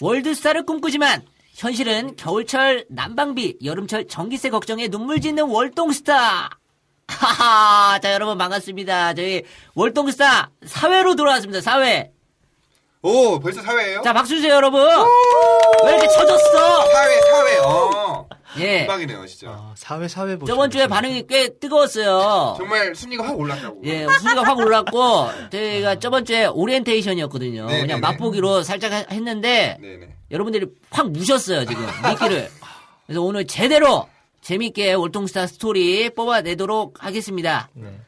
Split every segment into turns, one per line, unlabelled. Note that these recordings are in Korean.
월드스타를 꿈꾸지만 현실은 겨울철 난방비, 여름철 전기세 걱정에 눈물 짓는 월동스타. 하하, 자 여러분 반갑습니다. 저희 월동스타 사회로 돌아왔습니다. 사회.
오 벌써 사회예요?
자 박수 주세요 여러분. 왜 이렇게 쳐졌어?
사회 사회 어
예.
대박이네요 진짜
아, 사회 사회 보죠.
저번 주에 반응이 꽤 뜨거웠어요.
정말 순위가 확 올랐다고
예, 순위가 확 올랐고 저희가 저번 주에 오리엔테이션이었거든요.
네,
그냥
네, 네.
맛보기로 살짝 하- 했는데
네네
여러분들이 확 무셨어요 지금 미끼를. 그래서 오늘 제대로 재밌게 월통스타 스토리 뽑아내도록 하겠습니다.
네.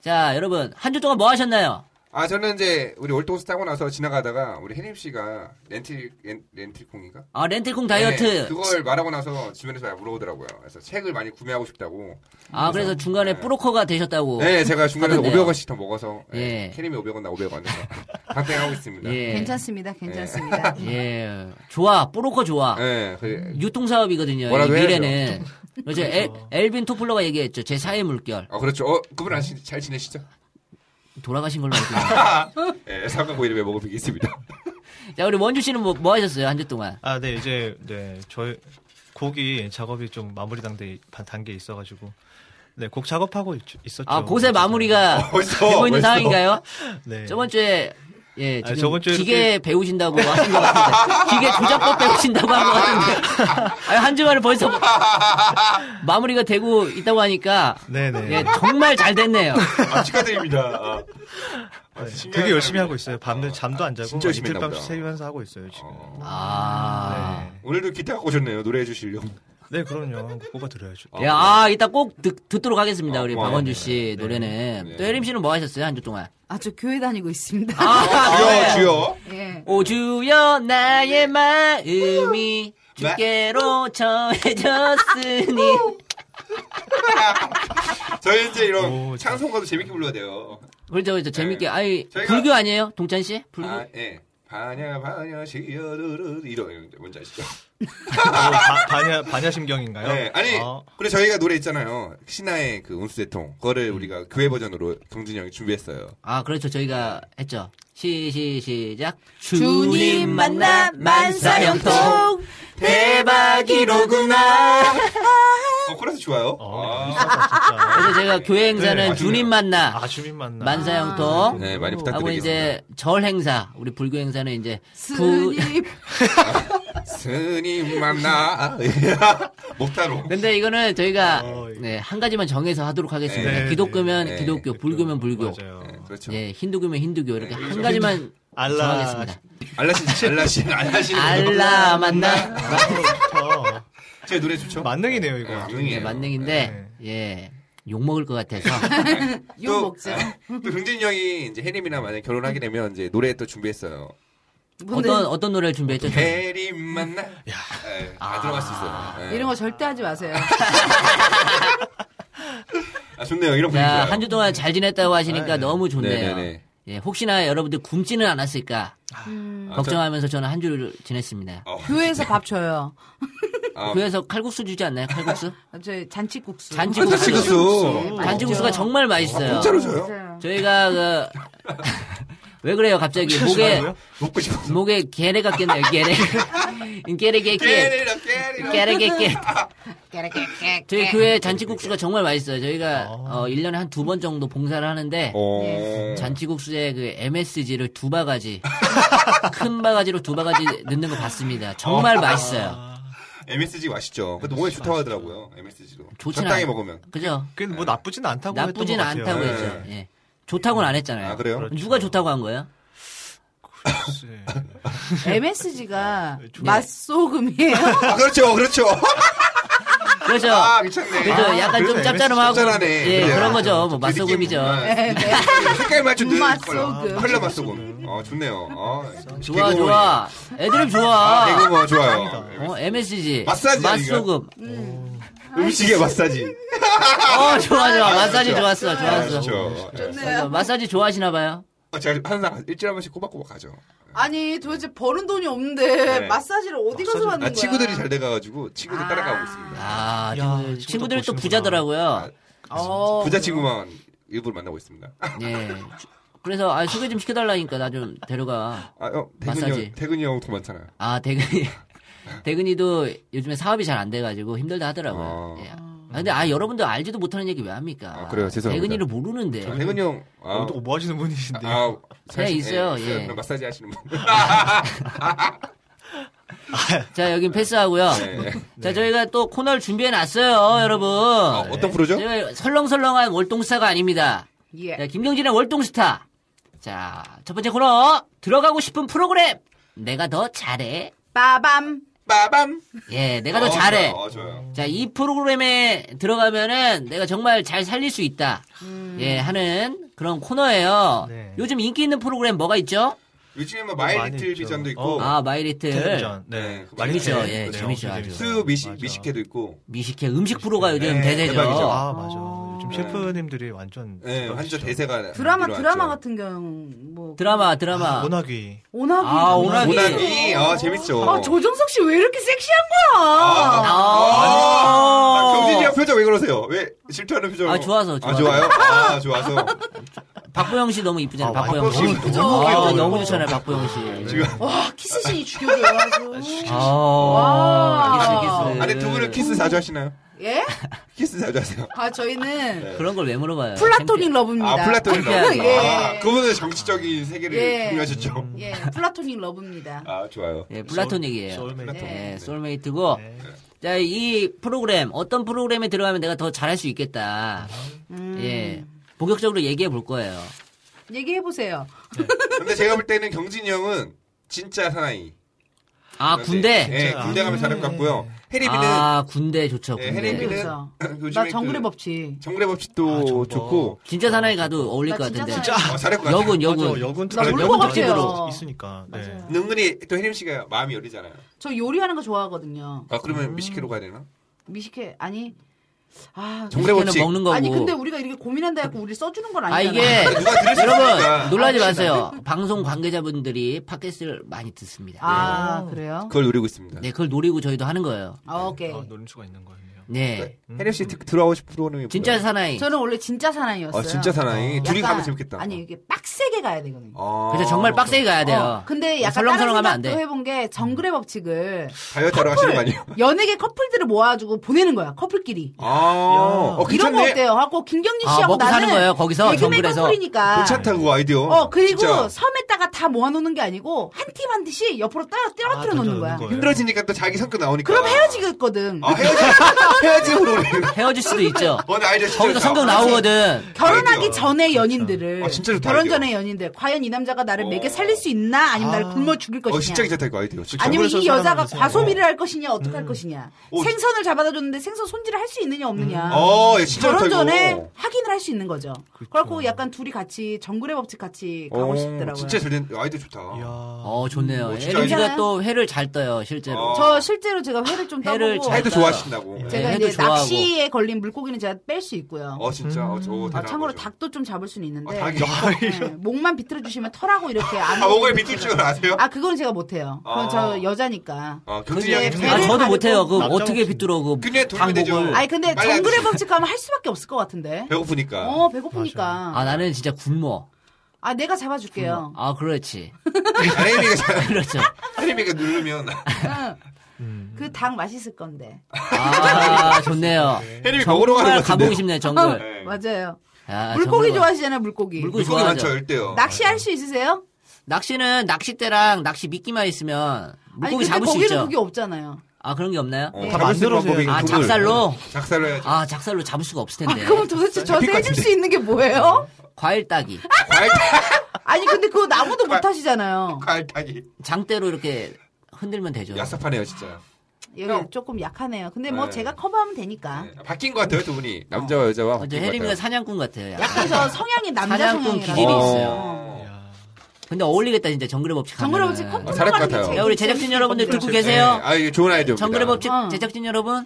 자, 여러분 한 주 동안 뭐 하셨나요?
아 저는 이제 우리 월토스 타고 나서 지나가다가 우리 해림 씨가 렌틸 렌, 렌틸콩인가?
아, 렌틸콩
네,
다이어트.
그걸 말하고 나서 주변에서 많이 물어보더라고요. 그래서 책을 많이 구매하고 싶다고.
아, 그래서 중간에
네.
뿌로커가 되셨다고.
네, 제가 중간에
하던데요.
500원씩 더 먹어서
예.
네, 캐림이 500원 나 500원 해서 강땡하고 있습니다.
예.
괜찮습니다. 괜찮습니다.
예. 좋아. 뿌로커 좋아.
예, 그,
유통사업이거든요. 이
뭐라도
미래는. 그렇죠. 엘,
네.
엘빈 토플러가 얘기했죠. 제 사회 물결.
어, 그렇죠. 어, 그분 아시, 잘 지내시죠?
돌아가신 걸로 알고 있어요.
예, 삼각고기를 왜 먹어보겠습니다.
자, 우리 원주 씨는 뭐, 뭐 하셨어요? 한 주 동안.
아, 네 이제 네 저희 곡이 작업이 좀 마무리 단계 단계 에 있어가지고 네 곡 작업하고 있, 었죠
아, 곳의 마무리가
뭐 어, 벌써,
되고 있는
벌써.
상황인가요?
네.
저번 주에 예,
아,
지금
저번 주에
기계
이렇게-
배우신다고 하신 것 같은데. 기계 조작법 배우신다고 한 것 같은데. 아니, 한 주만에 벌써 마무리가 되고 있다고 하니까.
네네.
예, 정말 잘 됐네요.
아, 축하드립니다. 아, 아,
네,
신기한
되게 열심히
사람이다.
하고 있어요. 밤늦 잠도 안 자고
진짜 열심히
이틀
했나
밤씩
보다.
새면서 하고 있어요 지금.
어.
아.
네.
오늘도 기타 갖고 오셨네요. 노래해 주시려고.
네, 그럼요. 뽑아 드려야죠.
아,
야, 아, 이따 꼭 듣, 듣도록 하겠습니다.
아,
우리
고마워요.
박원주 씨 노래는.
네.
또 혜림 씨는 뭐 하셨어요? 한 주 동안.
아, 저 교회 다니고 있습니다.
아,
주여, 주여.
예.
오주여 나의 마음이 주께로 정해졌으니.
저희 이제 이런
오,
찬송가도 재밌게 불러야 돼요.
그렇죠, 그렇죠. 재밌게. 아이,
저희가-
불교 아니에요? 동찬 씨? 불교?
아, 예. 반야 반야 시여르르 이런 이런 뭔지 아시죠?
어, 바, 반야 반야 심경인가요?
네, 아니
아,
그리고 저희가 노래 있잖아요. 신화의 그 운수대통 그거를 우리가 교회 버전으로 경준이 형이 준비했어요.
아, 그렇죠. 저희가 했죠. 시, 시, 시작.
주님 만나 만사형통
대박이로구나. 어 코러스 좋아요.
어,
아.
미쳤다, 진짜.
그래서 제가 교회 행사는
네, 맞습니다.
주님 만나,
아, 주민 만나.
만사형통,
네 많이
하고
부탁드리겠습니다.
이제 절 행사, 우리 불교 행사는 이제 부-
스님.
스님 만나 목타로.
근데 이거는 저희가
어, 이거.
네, 한 가지만 정해서 하도록 하겠습니다.
네,
기독교면
네.
기독교, 그 불교면 불교,
맞아요.
네, 그렇죠.
예, 힌두교면 힌두교 이렇게
네,
한
그렇죠.
가지만
알라.
정하겠습니다.
알라신 알라신 알라신.
알라 만나
아,
제 노래 좋죠.
저 만능이네요, 이거.
네,
예,
만능이에요.
만능인데 예. 욕 먹을 것 같아서
욕 먹죠.
아, 또 예. 경진이 형이 이제 혜림이랑 만약 결혼하게 되면 이제 노래 또 준비했어요.
뭔데?
어떤 어떤 노래를 준비했죠?
혜림 만나. 예, 다
아.
들어갈 수 있어요. 예.
이런 거 절대 하지 마세요.
아 좋네요. 이런 분위기.
자,
좋아요.
한 주 동안 잘 지냈다고 하시니까 너무 아, 좋네요.
네네네.
예, 혹시나 여러분들 굶지는 않았을까 음.
아, 저-
걱정하면서 저는 한 주를 지냈습니다.
어,
교회에서 밥 줘요.
아,
교회에서 칼국수 주지 않나요? 칼국수?
저 잔치국수.
잔치국수. 어.
잔치국수.
단지국수가 정말 맛있어요.
진짜로 줘요?
맞아요.
저희가 그, 왜 그래요 갑자기 목에
뭐라고요?
먹고 싶어.
목에 게레 같겠네요 게레 게레 게레
깨리라 깨리라.
게레 게레
깨라깨깨.
저희 교회 잔치국수가 정말 맛있어요 저희가 어, 1년에 한 두 번 정도 봉사를 하는데
어.
네. 잔치국수에 그 MSG를 두 바가지 큰 바가지로 두 바가지 넣는 거 봤습니다
아.
정말 맛있어요
MSG 맛있죠. 그래도 몸에 좋다고 하더라고요. MSG도.
좋진
적당히
않-
먹으면.
그죠?
그게 뭐 나쁘진 않다고
네. 나쁘진
했던 것
않다고
같아요. 네.
했죠 예. 좋다고는 안 했잖아요
네. 아, 그래요? 그렇죠.
누가 좋다고 한 거예요?
글쎄.
MSG가
네,
맛소금이에요.
아 그렇죠, 그렇죠.
그렇죠
아 미쳤네.
그죠?
아,
약간 좀
그래서
짭짤하고
짭짤하네.
예,
그래요.
그런 거죠. 뭐
그 느낌,
맛소금이죠. 네.
아, 색깔 맞춘 늘
맛소금.
컬러 맛소금. 어 좋네요. 어,
좋아
개그우먼이.
좋아. 애드립
아,
좋아.
개그우먼 좋아요.
어, MSG.
마사지야,
맛소금. 아,
음식에 마사지.
어, 좋아 좋아. 마사지
좋죠.
좋았어. 좋았어.
그렇죠.
네.
네.
맞아, 마사지 좋아하시나 봐요.
어, 제가 항상 일주일에 한 번씩 꼬박꼬박 가죠.
아니 도대체 버는 돈이 없는데
네.
마사지를 어디 가서 받는
아,
거야?
친구들이 잘 돼가가지고 친구들 따라가고 있습니다.
아,
야,
친구들,
친구들
친구들이 또
보시는구나.
부자더라고요.
어,
부자 친구만 일부러 만나고 있습니다.
예. 그래서 아, 소개 좀 시켜달라니까 나 좀 데려가.
아, 어, 대근이
마사지.
형, 대근이 형도 많잖아요.
아 대근이 대근이도 요즘에 사업이 잘 안 돼가지고 힘들다 하더라고요.
아.
예. 아, 근데 아 여러분들 알지도 못하는 얘기 왜 합니까?
아, 그래요? 죄송합니다.
대근이를 모르는데.
네.
아, 대근이 형, 아,
어, 또뭐 하시는 분이신데 아,
아, 사실-
네, 있어요, 예.
그런 마사지 하시는 분.
자 여긴 패스하고요.
네. 음.
자 저희가 또 코너를 준비해 놨어요, 여러분.
아,
네.
어떤 프로죠?
저희가 설렁설렁한 월동스타가 아닙니다.
예.
자, 김경진의 월동스타. 자, 첫 번째 코너. 들어가고 싶은 프로그램. 내가 더 잘해.
빠밤.
빠밤.
예, 내가 더 잘해.
어, 좋아요.
자, 이 프로그램에 들어가면은 내가 정말 잘 살릴 수 있다.
음.
예, 하는 그런 코너예요.
네.
요즘 인기 있는 프로그램 뭐가 있죠?
요즘에 뭐 마이
많이
리틀
있죠.
비전도 있고,
어.
아, 마이리틀.
텔레비전 네,
네,
많이
재밌죠.
있어요.
예,
재밌죠, 아주.
수 미식
맞아.
미식회도 있고,
미식회 음식 프로가 요즘
네,
대세죠.
대박이죠.
아 맞아. 요즘
네.
셰프님들이 완전
예, 완전 대세가.
드라마
일어났죠.
드라마 같은 경우 뭐
드라마, 드라마.
아, 모나귀
오나비.
아, 오나비.
모나기, 어, 재밌죠.
아 조정석 씨 왜 이렇게 섹시한 거야?
아,
아, 경진이 형 표정 왜 그러세요? 왜 질투하는 표정?
어. 아, 좋아서,
아,
좋아서.
좋아요? 아, 좋아서.
박보영 씨 너무 이쁘잖아요,
아,
박보영 씨.
박보영 씨 너무
아,
귀여워요.
너무 좋잖아요, 박보영 씨.
지금.
와 키스신이 죽여줘요 아주.
아,
와.
기스, 기스.
아, 근데 두 분은 키스 자주 하시나요?
예?
키스 자주 하세요?
아 저희는
그런 걸 왜 물어봐요?
플라토닉 러브입니다.
아, 플라톤이 나오구나.
음, 예.
아, 그분은 정치적인 세계를
예.
공유하셨죠?
예, 플라토닉 러브입니다.
아, 좋아요.
예, 플라토닉이에요.
소울메이트.
네.
예, 솔메이트고.
네.
자, 이 프로그램, 어떤 프로그램에 들어가면 내가 더 잘할 수 있겠다.
음.
예. 본격적으로 얘기해 볼 거예요.
얘기해 보세요.
근데 제가 볼 때는 경진이 형은 진짜 사나이.
아, 군대?
예,
진짜.
군대 가면 잘할 것 같고요. 해리비는
아, 군대 좋죠,
예,
군대.
해리비는
음. 그렇죠.
요즘에
나
그
정글의 법칙.
정글의
아,
법칙도
정글.
좋고
진짜 사나이 가도 어울릴
나
것
진짜
같은데.
사나이.
어, 잘할 것 같아요.
여군,
맞아,
여군.
여군
나
특-
놀러
여군
가고
특집으로
싶어요.
있으니까. 네.
맞아요.
은근히 또 혜림 씨가 마음이 여리잖아요.
저 요리하는 거 좋아하거든요.
아 그러면 미식회로 가야 되나?
미식회 아니 아
정글의 법칙.
걔는 먹는 거고.
아니 근데 우리가 이렇게 고민한다 해고 우리 써주는 건
아,
아니잖아.
이게,
누가 들을 아, 수 있으니까.
여러분, 놀라지 마세요. 방송 관계자분들이 팟캐스트를 많이 듣습니다.
아
네.
그래요?
그걸 노리고 있습니다.
네, 그걸 노리고 저희도 하는 거예요.
아, 오케이.
아, 노림수가 있는 거예요.
네.
혜림 씨 음. 드- 들어오고 싶은 프로그램이
진짜
뭐예요?
사나이.
저는 원래 진짜 사나이였어요.
네. 아 진짜 사나이. 둘이
약간-
가면 재밌겠다.
아니 이게 빡세게 가야 되거든요.
아.
그래서 정말 빡세게 가야 돼요. 네,
어, 근데 약간
설렁설렁 하면 안
다른
돼. 음.
생각도 해본 게 정글의 법칙을
다이어트 하러 가시는 거 아니에요?
연예계 커플들을 모아가지고 보내는 거야 커플끼리.
아, 어,
이런 거
괜찮네.
어때요? 하고 김경진
아,
씨하고
먹고
나는
사는 거예요, 거기서,
개그맨
정글에서.
커플이니까.
괜찮다 그거 아이디어.
어 그리고
진짜.
섬에다가 다 모아놓는 게 아니고 한 팀 한 팀씩 옆으로 따라 떨어뜨려
아,
놓는 거야.
그렇죠.
거예요.
힘들어지니까 또 자기 성격 나오니까.
그럼 헤어지겠거든.
아 헤어지 헤어지 프로그램.
헤어질 수도 있죠.
어, 나 아이디어 진짜
거기서
좋다.
성격 나오거든.
결혼하기
아이디어.
전에 연인들을
아, 진짜 좋다,
결혼
아이디어.
전에 연인들 과연 이 남자가 나를
어.
매게 살릴 수 있나 아니면 나를 굶어 죽일 것이냐
어 진짜 괜찮다 이거 아이디어. 진짜.
아니면 이
정글에서
여자가
살아남으세요.
과소비를 할 것이냐 어떻게 할 것이냐
음. 오,
생선을 잡아다 줬는데 생선 손질을 할 수 있느냐 없느냐
어, 예, 진짜
아. 결혼
좋다,
전에
이거. 그렇죠.
확인을 할 수 있는 거죠
그쵸.
그래갖고 약간 둘이 같이 정글의 법칙 같이 가고
어,
싶더라고요
진짜 잘된 아이디어 좋다.
이야.
어, 좋네요.
음, 진짜
에린이가
괜찮아요?
또 회를 잘 떠요, 실제로.
어.
저 실제로 제가 회를 좀
회를
떠보고
잘
아이디어 좋아하신다고. 예.
네.
제가
회도
이제
좋아하고.
낚시에 걸린 물고기는 제가 뺄 수 있고요
어 진짜. 어, 저, 오,
아,
대단한
참고로
거죠.
닭도 좀 잡을 수는 있는데
어, 닭이. 아,
네, 목만 비틀어 주시면 털하고 이렇게 안
아, 목을 비틀 줄 아세요?
아 그거는 제가 못해요. 그건
아.
저 여자니까.
아,
그지?
경진이 형의
그게-
아,
팬.
저도
가지고
못해요. 그
남자
어떻게
목숨.
비뚤어, 그.
그냥 돌면
방법을.
되죠.
아니 근데
네. 빨리
정글의
하지.
법칙 가면 할 수밖에 없을 것 같은데.
배고프니까.
어 배고프니까.
아, 나는 진짜 굶어.
아 내가 잡아줄게요.
아, 그렇지.
아이미가 잘-
그렇죠.
아이미가 누르면
그 닭 맛있을 건데.
아, 좋네요.
해림이 먹으러 가는
정말
것 같은데.
가보고 싶네, 정글.
네.
맞아요.
아,
물고기
정글.
좋아하시잖아요 물고기.
물고기
물고기 많죠
좋아하죠.
열대요.
낚시 할 수 있으세요?
낚시는 낚싯대랑 낚시 미끼만 있으면 물고기
아니
잡을
근데
수
거기는
있죠.
그게 없잖아요.
아, 그런 게 없나요?
어,
예.
잡을 수 있는 방법이
아,
그걸-
작살로?
작살로 해야죠.
아, 작살로 잡을 수가 없을
아
텐데.
그럼 도대체 저한테
잡힐 것
해줄 수 있는 게 뭐예요?
네.
과일 따기.
과일
아니 근데 그거 나무도
네.
못 하시잖아요.
과일 타기.
장대로 이렇게 흔들면 되죠.
야삽하네요 진짜.
여기 조금 약하네요. 근데 뭐
네.
제가 커버하면 되니까.
네. 바뀐 것 같아요 두 분이 남자와 여자와.
어, 저
바뀐 것
혜림이가
같아요.
사냥꾼 같아요. 약간.
약간 저 성향이 남자
사냥꾼
성향이라.
기질이
어.
있어요.
이야.
근데 어울리겠다 진짜 정글의 법칙.
정글의
하면은.
법칙 컵
어, 잘할 것
들어가는 게
같아요.
제일
야 우리 제작진
재밌을
여러분들
건데.
듣고 계세요.
네. 아 이게 좋은 아이디어. 네.
정글의 법칙
어.
제작진 여러분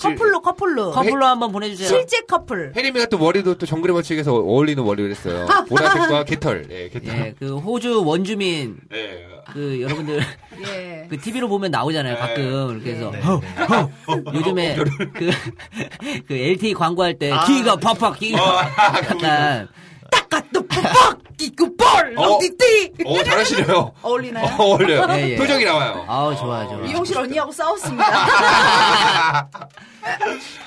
커플로 커플로
커플로 한번 보내주세요.
실제 커플
혜림이가 또 머리도 또 정글의 법칙에서 어울리는 머리를 했어요. 보라색과 개털. 예, 개털.
아. 예, 그 호주 원주민
예.
그 여러분들
네.
예
그 TV로 보면 나오잖아요. 가끔 이렇게 해서
네.
허, 허. 요즘에 그, 그 LTE 광고할 때 기가 팍팍 기가
어, 아, 그분들.
약간
딱까또 빡! 끼꾸 뻘!
어.
럭띠띠!
어 잘하시네요.
어울리나요?
어, 어울려요.
예, 예.
표정이 나와요.
아우, 좋아, 좋아.
이용실 언니하고
네.
싸웠습니다.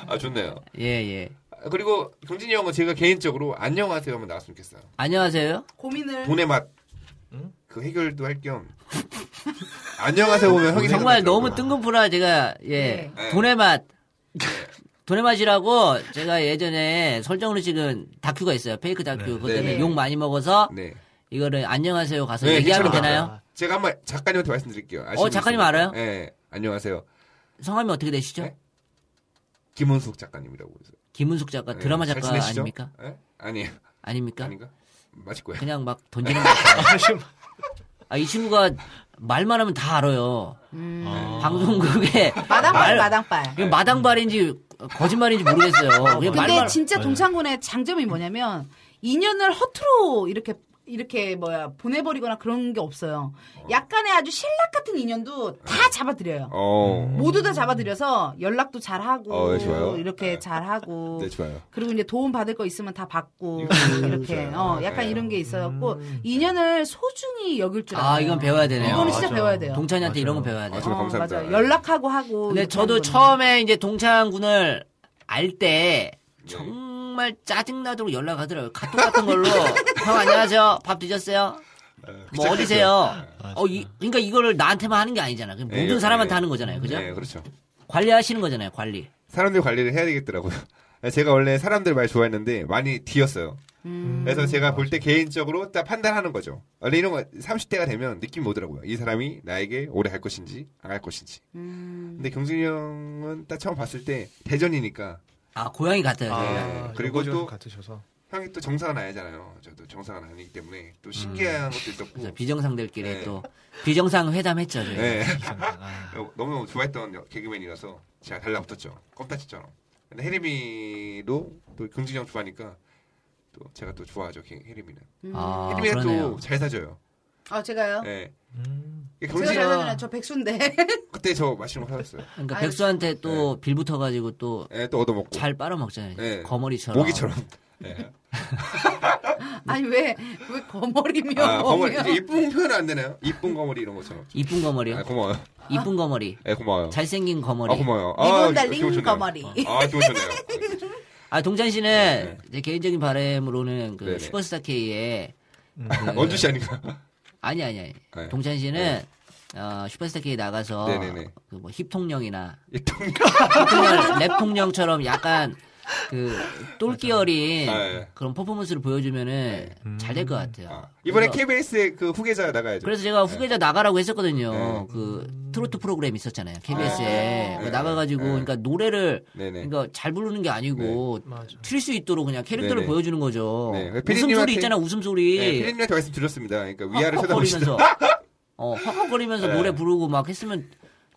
아 좋네요.
예, 예.
아, 그리고 경진이 형은 제가 개인적으로 안녕하세요 한번 나왔으면 좋겠어요.
안녕하세요.
고민을.
돈의 맛. 그 해결도 할 겸 안녕하세요 보면 형이
정말
생각나더라고요.
너무 뜬금포라 제가, 예.
네.
돈의 맛. 돈의 맛이라고 제가 예전에 설정으로 찍은 다큐가 있어요. 페이크 다큐. 그것 때문에
네.
욕 많이 먹어서
네.
이거를 안녕하세요 가서
네,
얘기하면
괜찮아요.
되나요?
제가 한번 작가님한테 말씀드릴게요.
어, 작가님 알아요?
예. 안녕하세요.
성함이 어떻게 되시죠?
네? 김은숙 작가님이라고 그러세요.
김은숙 작가,
예,
아, 드라마
잘
작가
지내시죠?
아닙니까?
예? 아니에요. 네.
아닙니까? 그러니까.
아닌가? 맞을 거예요.
그냥 막 던지는 거. 같아요. 아, 이 친구가 말만 하면 다 알아요.
네.
어. 방송국에.
음.
아,
마당발, 마당발.
이게 마당발인지 거짓말인지 모르겠어요. 그냥
근데
예, 말만.
진짜 동창군의 장점이 뭐냐면 인연을 허투루 이렇게 이렇게 뭐야 보내버리거나 그런 게 없어요. 약간의 아주 신락 같은 인연도 다 잡아들여요.
어.
음.
모두 다 잡아들여서 연락도 잘하고
어, 네, 좋아요.
이렇게 잘하고
네, 좋아요.
그리고 이제 도움 받을 거 있으면 다 받고 이렇게 어 약간
네.
이런 게 있었고 인연을 소중히 여길 줄
음.
알아요.
아, 이건 배워야 되네요.
이거는 진짜
맞아.
배워야 돼요. 어,
동찬이한테
맞아요.
이런 거 배워야 돼.
아, 정말 감사합니다.
맞아요. 연락하고 하고.
근데
이렇게
저도
하는 거는.
처음에 이제 동창군을 알 때
네.
정말 짜증나도록 연락하더라고요. 카톡 같은 걸로 형 안녕하세요. 밥 드셨어요?
그
뭐 어디세요?
아,
어, 이, 그러니까 이거를 나한테만 하는 게 아니잖아. 그냥
예,
모든 사람한테
예.
하는 거잖아요. 그죠?
네, 그렇죠.
관리하시는 거잖아요. 관리.
사람들 관리를 해야 되겠더라고요. 제가 원래 사람들 말 좋아했는데 많이 뒤였어요. 그래서 제가 볼 때 개인적으로 딱 판단하는 거죠. 원래 이런 거 30대가 되면 느낌이 오더라고요. 이 사람이 나에게 오래 할 것인지 안 할 것인지. 근데 경진이 형은 딱 처음 봤을 때 대전이니까
아 고양이 같아요. 제가.
네. 그리고
연고지원
또-
같으셔서
형이 또 정상은 아니잖아요. 저도 정상은 아니기 때문에 또 신기한 것도
그래서
있었고
비정상들끼리
네.
또 비정상 회담했죠. 저희.
네.
아,
너무너무 좋아했던 개그맨이라서 제가 달라붙었죠. 껌딱지처럼. 근데 혜림이도 또 경진이 형 좋아하니까 또 제가 또 좋아하죠. 개- 혜림이는.
아
혜림이가
그러네요.
또 잘 사줘요.
음. 아 제가요.
예.
음.
제가
경진이
그래서-
잘하잖아요. 저 백수인데.
그때 저 맛있는 거 사줬어요.
그러니까
아유,
백수한테 또 빌붙어가지고 또 잘
예, 또 얻어먹고.
빨아먹잖아요.
네.
거머리처럼.
모기처럼. 예.
아니 왜 왜 거머리며?
아, 거머리. 이제 이쁜 표현은 안 되나요? 이쁜 거머리 이런 것처럼.
이쁜 거머리요.
아, 고마워요.
이쁜 거머리.
예, 고마워요.
예. 잘생긴 거머리.
아, 고마워요. 아,
리본
기- 기분
달린
좋네요.
거머리.
아, 기분 좋네요. 아, 기분 좋네요.
아, 동찬 씨는
네.
제 개인적인 바람으로는 그
네네.
슈퍼스타 K의
음.
그-
원주 씨 아닌가?
아니 아니 아니.
네.
동찬 씨는 어, 슈퍼스타 K 나가서
네네네.
그 뭐 힙통령이나
이 통-
통령, 랩통령처럼 약간 그 똘끼 어린
아, 예.
그런 퍼포먼스를 보여주면은 잘 될 것 같아요.
아, 이번에
그래서,
KBS의 그 후계자 나가야죠.
그래서 제가 후계자 나가라고 했었거든요.
네.
그 트로트 프로그램 있었잖아요. KBS에
네.
나가가지고
네.
그러니까 노래를
네네. 네.
그러니까 잘 부르는 게 아니고
맞아.
틀 수 있도록 그냥 캐릭터를
네네.
보여주는 거죠.
네,
웃음소리
피디님한테-
있잖아, 웃음소리.
네, 피디님한테 말씀드렸습니다. 그러니까 위아래 쳐다보시다.
헉헉거리면서 어,
네.
헉헉거리면서 노래 부르고 막 했으면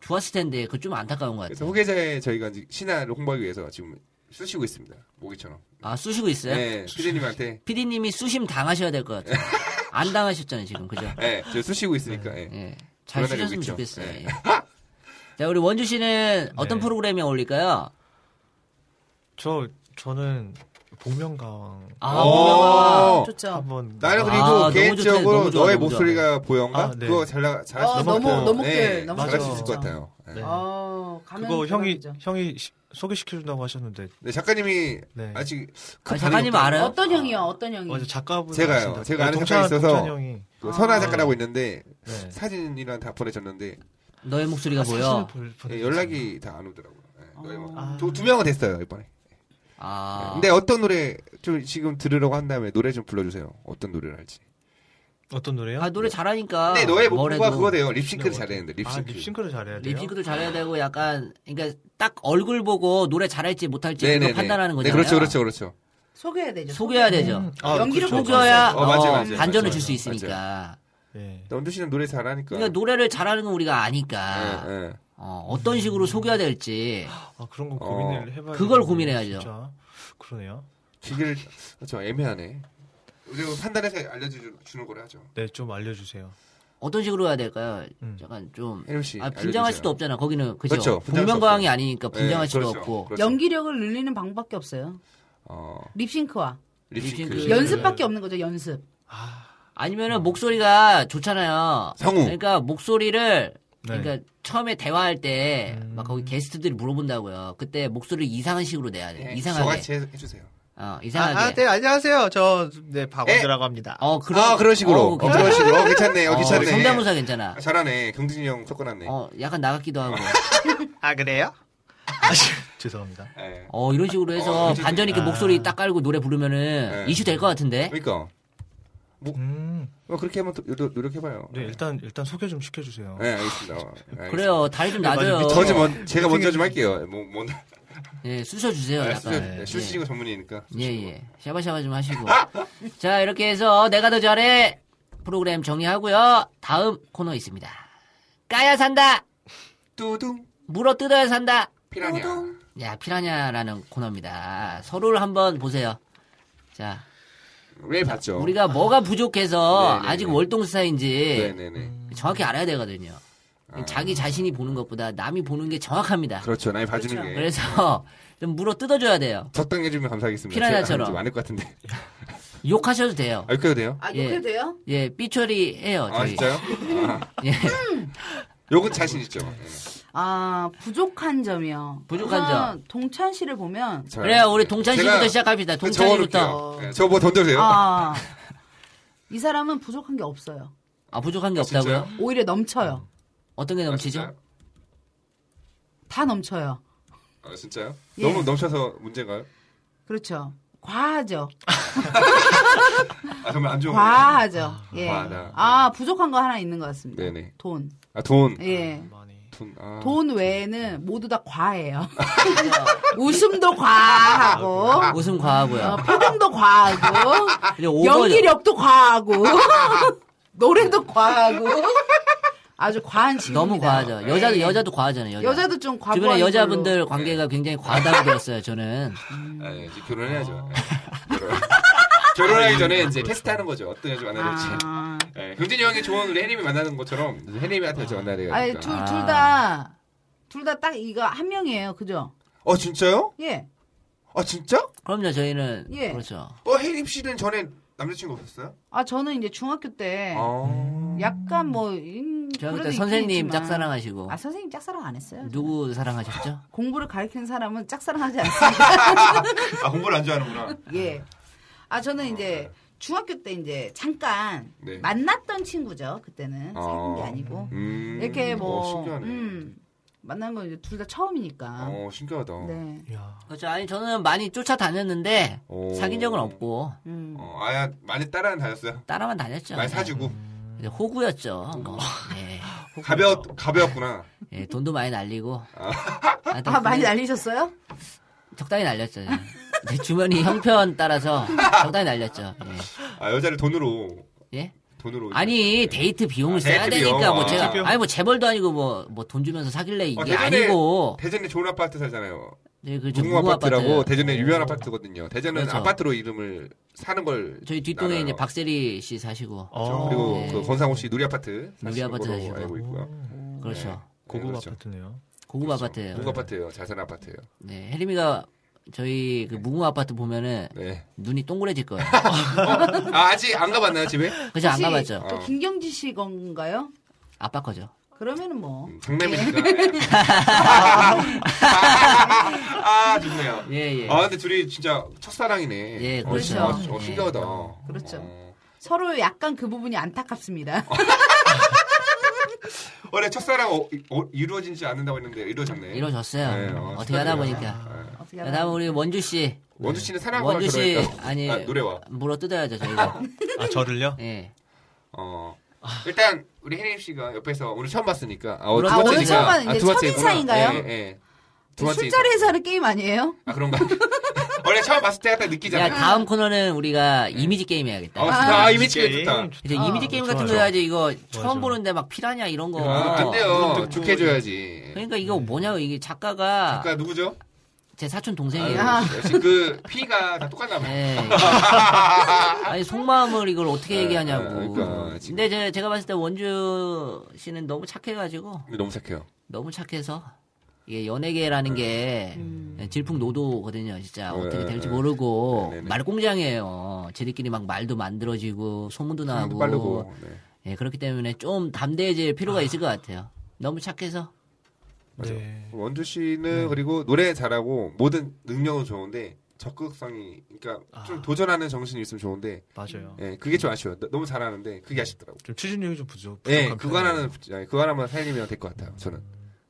좋았을 텐데 그 좀 안타까운 것
그래서
같아요.
후계자의 저희가 이제 신화를 홍보하기 위해서 지금 쑤시고 있습니다. 모기처럼.
아 쑤시고 있어요?
네, 피디님한테.
피디님이 쑤심 당하셔야 될 것 같아요. 안 당하셨잖아요 지금 그죠?
네, 저 쑤시고 있으니까. 예.
예. 잘
돌아다니고
쑤셨으면
있죠.
좋겠어요.
네.
예. 자 우리 원주 씨는 어떤
네.
프로그램에 어울릴까요?
저 저는 복면가왕
아,
오.
뭔가-
어.
좋죠.
한번
나는
아,
그리고
너무
개인적으로
좋다, 너무 좋아,
너의
너무 좋아.
목소리가 보여가
아, 네.
그거 잘 나, 잘할
어,
수 있을
너무-
것 같아요. 네,
너무 길, 너무
잘할 수
길.
있을 것 같아요. 네.
네.
어, 가면
그거 형이
대박이죠.
형이 시- 소개시켜준다고 하셨는데
네, 작가님이
네.
아직 그
아, 작가님 알아요?
어떤 형이요? 어떤 형이?
맞아 작가분
제가요.
아신다.
제가 아는
동찬-
작가 있어서.
동찬 형이
그 선화
아.
작가라고 있는데
네.
사진이랑 다 보내줬는데
너의 목소리가
사진을
보여.
볼-
예,
보내주세요.
연락이 다 안 오더라고요. 예, 너의
아.
목- 두, 두 명은 됐어요 이번에.
아,
근데 어떤 노래 좀 지금 들으려고 한 다음에 노래 좀 불러주세요. 어떤 노래를 할지.
어떤 노래요?
아, 노래 잘하니까.
네. 근데 너의
뭘
목표가
해도
그거 돼요. 립싱크를
네,
잘해야 되는데
아,
립싱크.
립싱크를 잘해야 돼요.
립싱크도 잘해야 되고 약간 그러니까 딱 얼굴 보고 노래 잘할지 못할지
네, 네,
그거
네.
판단하는
네,
거잖아요.
그렇죠, 그렇죠, 그렇죠.
소개해야 되죠.
속여야 되죠.
아,
연기를
그렇죠.
속여야
어, 맞아요,
어,
맞아요,
반전을
맞아요.
줄 수 있으니까.
예.
원주 씨는 노래 잘하니까.
그러니까 노래를 잘하는 건 우리가
예,
아니까
예.
어, 어떤 식으로 속여야 될지
아 그런 건 고민을
어.
해봐야.
그걸
되는데,
고민해야죠.
진짜. 그러네요.
기계를 저 애매하네. 그리고 판단해서 알려주는 걸 하죠.
네 좀 알려주세요.
어떤 식으로 해야 될까요?
음.
약간 좀
혜림 씨,
아, 분장할
알려주세요.
수도 없잖아. 거기는 그죠?
그렇죠, 분장할 수
분명과항이
없어요.
아니니까 분장할
예,
수도
그렇죠,
없고.
그렇죠.
연기력을 늘리는 방법밖에 없어요.
어,
립싱크와
립싱크. 그렇죠.
립싱크.
연습밖에 없는 거죠 연습.
아니면은 목소리가 좋잖아요.
성우.
그러니까 목소리를
네.
그러니까 처음에 대화할 때 막 거기 게스트들이 물어본다고요. 그때 목소리를 이상한 식으로 내야 돼.
네,
예, 이상하게.
저같이 해- 해주세요.
어,
아,
이상하게.
아, 네, 안녕하세요. 저, 네, 박원주라고 합니다.
어, 그런
아 그런 식으로.
어,
어, 그런 식으로. 어, 괜찮네. 어, 괜찮네.
성대모사 괜찮아.
아, 잘하네. 경진이 형 섞어놨네. 네.
어, 약간 나갔기도 하고.
아, 그래요? 아, 죄송합니다.
예.
어, 이런 식으로
어,
해서
괜찮네.
반전 있게
아.
목소리 딱 깔고 노래 부르면은
네.
이슈 될 것 같은데.
그러니까
음,
어, 그렇게 한번 또 노력- 노력해봐요.
네, 일단, 일단 소개 좀 시켜주세요.
네, 알겠습니다. 어, 알겠습니다. 네,
그래요. 다리 좀
맞아,
놔줘요.
저지 먼 제가 먼저 좀 할게요. 뭐, 뭐,
예, 수셔 주세요. 약간.
네, 술씨가 전문이니까.
예, 예. 샤바샤바 좀 하시고. 자, 이렇게 해서 내가 더 잘해 프로그램 정리하고요. 다음 코너 있습니다. 까야 산다.
뚜둥
물어 뜯어야 산다.
피라냐.
야, 피라냐라는 코너입니다. 서로를 한번 보세요. 자,
왜 봤죠?
우리가 예. 뭐가 부족해서
어. 네, 네,
아직
네.
월동스타인지
네네네. 아.
정확히 알아야 되거든요. 자기 자신이 보는 것보다 남이 보는 게 정확합니다.
그렇죠. 나이 봐주는 게.
그래서 좀 물어 뜯어줘야 돼요.
적당히 해주면 감사하겠습니다.
피라냐처럼.
제가 안될것 같은데.
욕하셔도 돼요.
아, 이렇게 해도 돼요?
아
예.
욕해도 돼요?
예, 삐처리 해요.
아,
저희.
진짜요? 아,
예.
요건 자신 있죠. 네,
아 부족한 점이요.
부족한
우선 동찬 씨를 보면
저
그래요, 우리 동찬 씨부터 시작합니다.
네, 그
동찬이부터.
저뭐 던져주세요.
아. 이 사람은 부족한 게 없어요.
아, 부족한 게 없다고요?
진짜요?
오히려 넘쳐요.
어떤 게 넘치죠?
아, 진짜요?
다 넘쳐요.
아, 진짜요?
예.
너무 넘쳐서 문제가요?
그렇죠. 과하죠.
아, 정말 안 좋은 거예요.
과하죠. 예.
과하다.
아, 부족한 거 하나 있는 것 같습니다.
네네.
돈.
아, 돈.
네.
예.
많이.
돈, 아.
돈 외에는 모두 다 과해요.
아,
웃음도
아.
과하고,
웃음 과하고요.
어, 표정도 과하고,
이제 아, 오버-
연기력도 과하고, 노래도 과하고, 아주 과한 친구입니다.
너무 과하죠. 여자도
예.
여자도 과하잖아요. 여자.
여자도 좀 과부하는
주변에 여자분들
걸로.
관계가
네.
굉장히 과하다고 들었어요. 저는
아, 예, 이제 결혼해야죠. 예. 결혼. 결혼하기 전에 이제 테스트하는 거죠. 어떤 여자 만나야 될지.
아.
예, 경진이 형이 좋은 우리 해림이 만나는 것처럼 이제 해림이한테 여자 만나야 되니까.
아니
아.
둘둘다둘 다 딱 이거 한 명이에요, 그죠?
어 진짜요?
예,
아 진짜?
그럼요. 저희는
예.
그렇죠.
어 해림 씨는 전에 남자친구 없었어요?
아 저는 이제 중학교 때
아.
약간 뭐 음,
제가
그래도
그때
있긴
어. 선생님
있지만.
짝사랑하시고
아 선생님 짝사랑 안 했어요?
누구 사랑하셨죠?
공부를 가르치는 사람은 짝사랑하지 않습니다.
아 공부를 안 좋아하는구나.
예. 아 저는 이제 중학교 때 이제 잠깐
네.
만났던 친구죠. 그때는 사귄 게
아.
아니고
음.
이렇게 뭐
어, 신기하네.
음, 만난 건 이제 둘 다 처음이니까.
어 신기하다.
네.
야
그렇죠. 아니 저는 많이 쫓아다녔는데
오.
사귄 적은 없고
음.
어, 아야 많이 따라는 다녔어요.
따라만
아,
다녔죠.
많이 사주고 어.
네, 호구였죠. 뭐. 예.
가벼
뭐-
가벼웠구나.
예, 돈도 많이 날리고. 하여튼
아 많이
그냥
날리셨어요?
적당히 날렸죠. 예. 제 주머니 형편 따라서 적당히 날렸죠.
아 여자를 돈으로
예. 예?
돈으로.
아니 데이트 비용을
아,
써야
데이트
되니까
비용.
뭐
아.
제가
비용.
아니 뭐 재벌도 아니고 뭐 뭐 돈 주면서 사귈래
어,
이게
대전에-
아니고
대전에 좋은 아파트 살잖아요.
네, 그렇죠.
무궁화
무궁화
아파트라고
아파트. 네.
대전에 유명한 아파트거든요. 대전은
그렇죠.
아파트로 이름을 사는 걸
저희 뒷동에
나눠요.
이제 박세리 씨 사시고
어.
그리고
네.
그 권상우 씨 누리 아파트
누리 아파트
사시는
사시고.
걸로 알고 있고요.
그렇죠.
고급
네, 그렇죠.
아파트네요.
고급 아파트예요.
무궁화 아파트예요. 잘 사는 아파트예요.
네, 혜림이가 저희 그 무궁화 아파트 보면은
네.
눈이 동그래질 거예요.
아, 아직 안 가봤나요 집에?
그죠? 안
혹시
가봤죠?
아.
또 김경지 씨 건가요?
아빠 거죠.
그러면은 뭐.
음, 장남이니까. 아 좋네요.
예, 예.
아 근데 둘이 진짜 첫사랑이네.
예,
어,
그렇죠.
어, 어, 신기하다.
그렇죠.
어.
서로 약간 그 부분이 안타깝습니다.
원래 첫사랑 어, 어, 이루어지지 않는다고 했는데 이루어졌네.
이루어졌어요.
네,
어,
어,
떻게 하다
축하드려요.
보니까.
네.
어떻게
그
하나. 뭐
다음 우리 원주 씨.
원주 씨는 사랑하고
원주 씨
결혼했다고.
아니
아, 노래와.
물어 뜯어야죠 저희가.
아, 저를요?
예.
어. 일단 우리 혜림 씨가 옆에서 오늘 처음 봤으니까 아, 어,
오늘
두
처음
번째니까.
처음 봤는데
두 번째구나.
첫 인사인가요?
예, 예. 두 번째
술자리에서
인사.
하는 게임 아니에요?
아 그런가? 원래 처음 봤을 때가 딱
야
느끼잖아요.
다음 코너는 우리가 이미지 게임 해야겠다.
아, 아, 이미지
게임.
게임 좋다.
이제
아,
이미지 게임 같은 거
좋아요.
해야지 이거 처음
좋아요.
보는데 막 피라냐 이런 거.
아, 안 돼요. 득득해 줘야지.
그러니까 이거 뭐냐고 이게 작가가
그러니까 누구죠?
제 사촌
아유,
동생이에요.
아.
역시 그 피가 다 똑같나 봐.
네. 아니 속마음을 이걸 어떻게
네,
얘기하냐고.
네, 그러니까 지금.
근데 제, 제가 봤을 때 원주 씨는 너무 착해가지고
너무 착해요.
너무 착해서 이게 연예계라는 게 질풍노도거든요. 진짜 어떻게 될지 모르고
네네네.
말공장이에요. 쟤들끼리 막 말도 만들어지고 소문도 나고
빠르고. 네.
예, 그렇기 때문에 좀 담대해질 필요가 있을 것 같아요. 너무 착해서
네.
원주 씨는 그리고 노래 잘하고 모든 능력은 좋은데 적극성이 그러니까 좀 도전하는 정신이 있으면 좋은데
맞아요.
예, 그게 좀 아쉬워요. 너- 너무 잘하는데 그게 아쉽더라고.
좀 추진력이 좀 부족.
예,
부족한
그거
편이에요.
하나는 붙- 아니, 그거 하나만 살리면 될 것 같아요. 저는.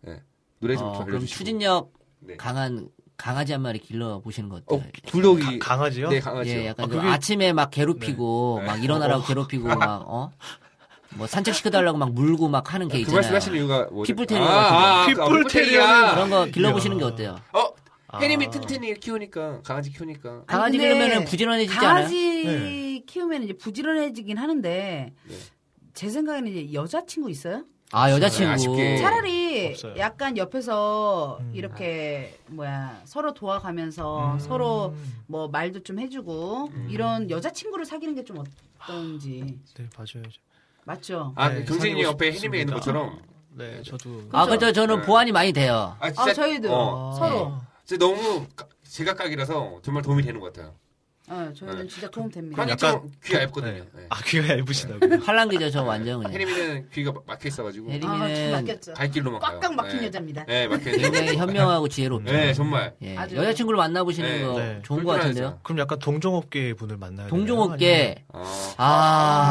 예. 노래 좀
어,
좀
그럼
알려주시고.
추진력
네.
강한 강아지 한 마리 길러 보시는 것도
어, 굴욕이
가- 강아지요?
네, 강아지요. 네.
예, 약간
아,
좀
그게-
아침에 막 괴롭히고 막 일어나라고 괴롭히고 막 어. 뭐 산책시켜 달라고 막 물고 막 하는 게
그
있잖아요.
말씀하시는 이유가 뭐죠?
핏불테리어
아, 아,
같은 거.
아,
핏불테리어는
핏불테리어.
그런 거 길러 보시는 게 어때요?
어, 해림이
아.
튼튼히 키우니까 강아지 키우니까
아니,
강아지
근데
기르면은 부지런해지지
강아지
네.
키우면 이제 부지런해지긴 하는데
네.
제 생각에는 이제 여자친구 있어요?
아
아,
여자친구.
아쉽게. 네.
차라리
없어요.
약간 옆에서
음.
이렇게 뭐야 서로 도와가면서
음.
서로 뭐 말도 좀 해주고 이런 여자친구를 사귀는 게 좀 어떤지
네, 맞아요.
맞죠?
아,
네,
경진이
사귀고
옆에
싶습니다.
해림이 있는 것처럼
네, 저도
아 그죠 저는
네.
보완이 많이 돼요.
아,
아 저희도
어,
서로
진짜 너무 가- 제각각이라서 정말 도움이 되는 것 같아요.
어, 저희는
네.
진짜 도움 됩니다.
강아지
약간-
귀 얇거든요.
네.
네.
아, 귀가
네.
얇으시다고요?
팔랑귀죠 저 완전 그냥.
해림이는 귀가 막- 막혀 있어가지고
네. 해림이-
아, 좀
우리는
맡겼죠.
갈 길로만 가요.
꽉꽉 막힌
네.
여자입니다.
네, 막혀
굉장히
있는.
현명하고 지혜롭죠.
네, 정말.
예,
아주-
여자친구를 만나보시는
네.
거
네.
좋은 것 같은데요.
그럼 약간 동종업계 분을 만나요.
네.
동종업계
어.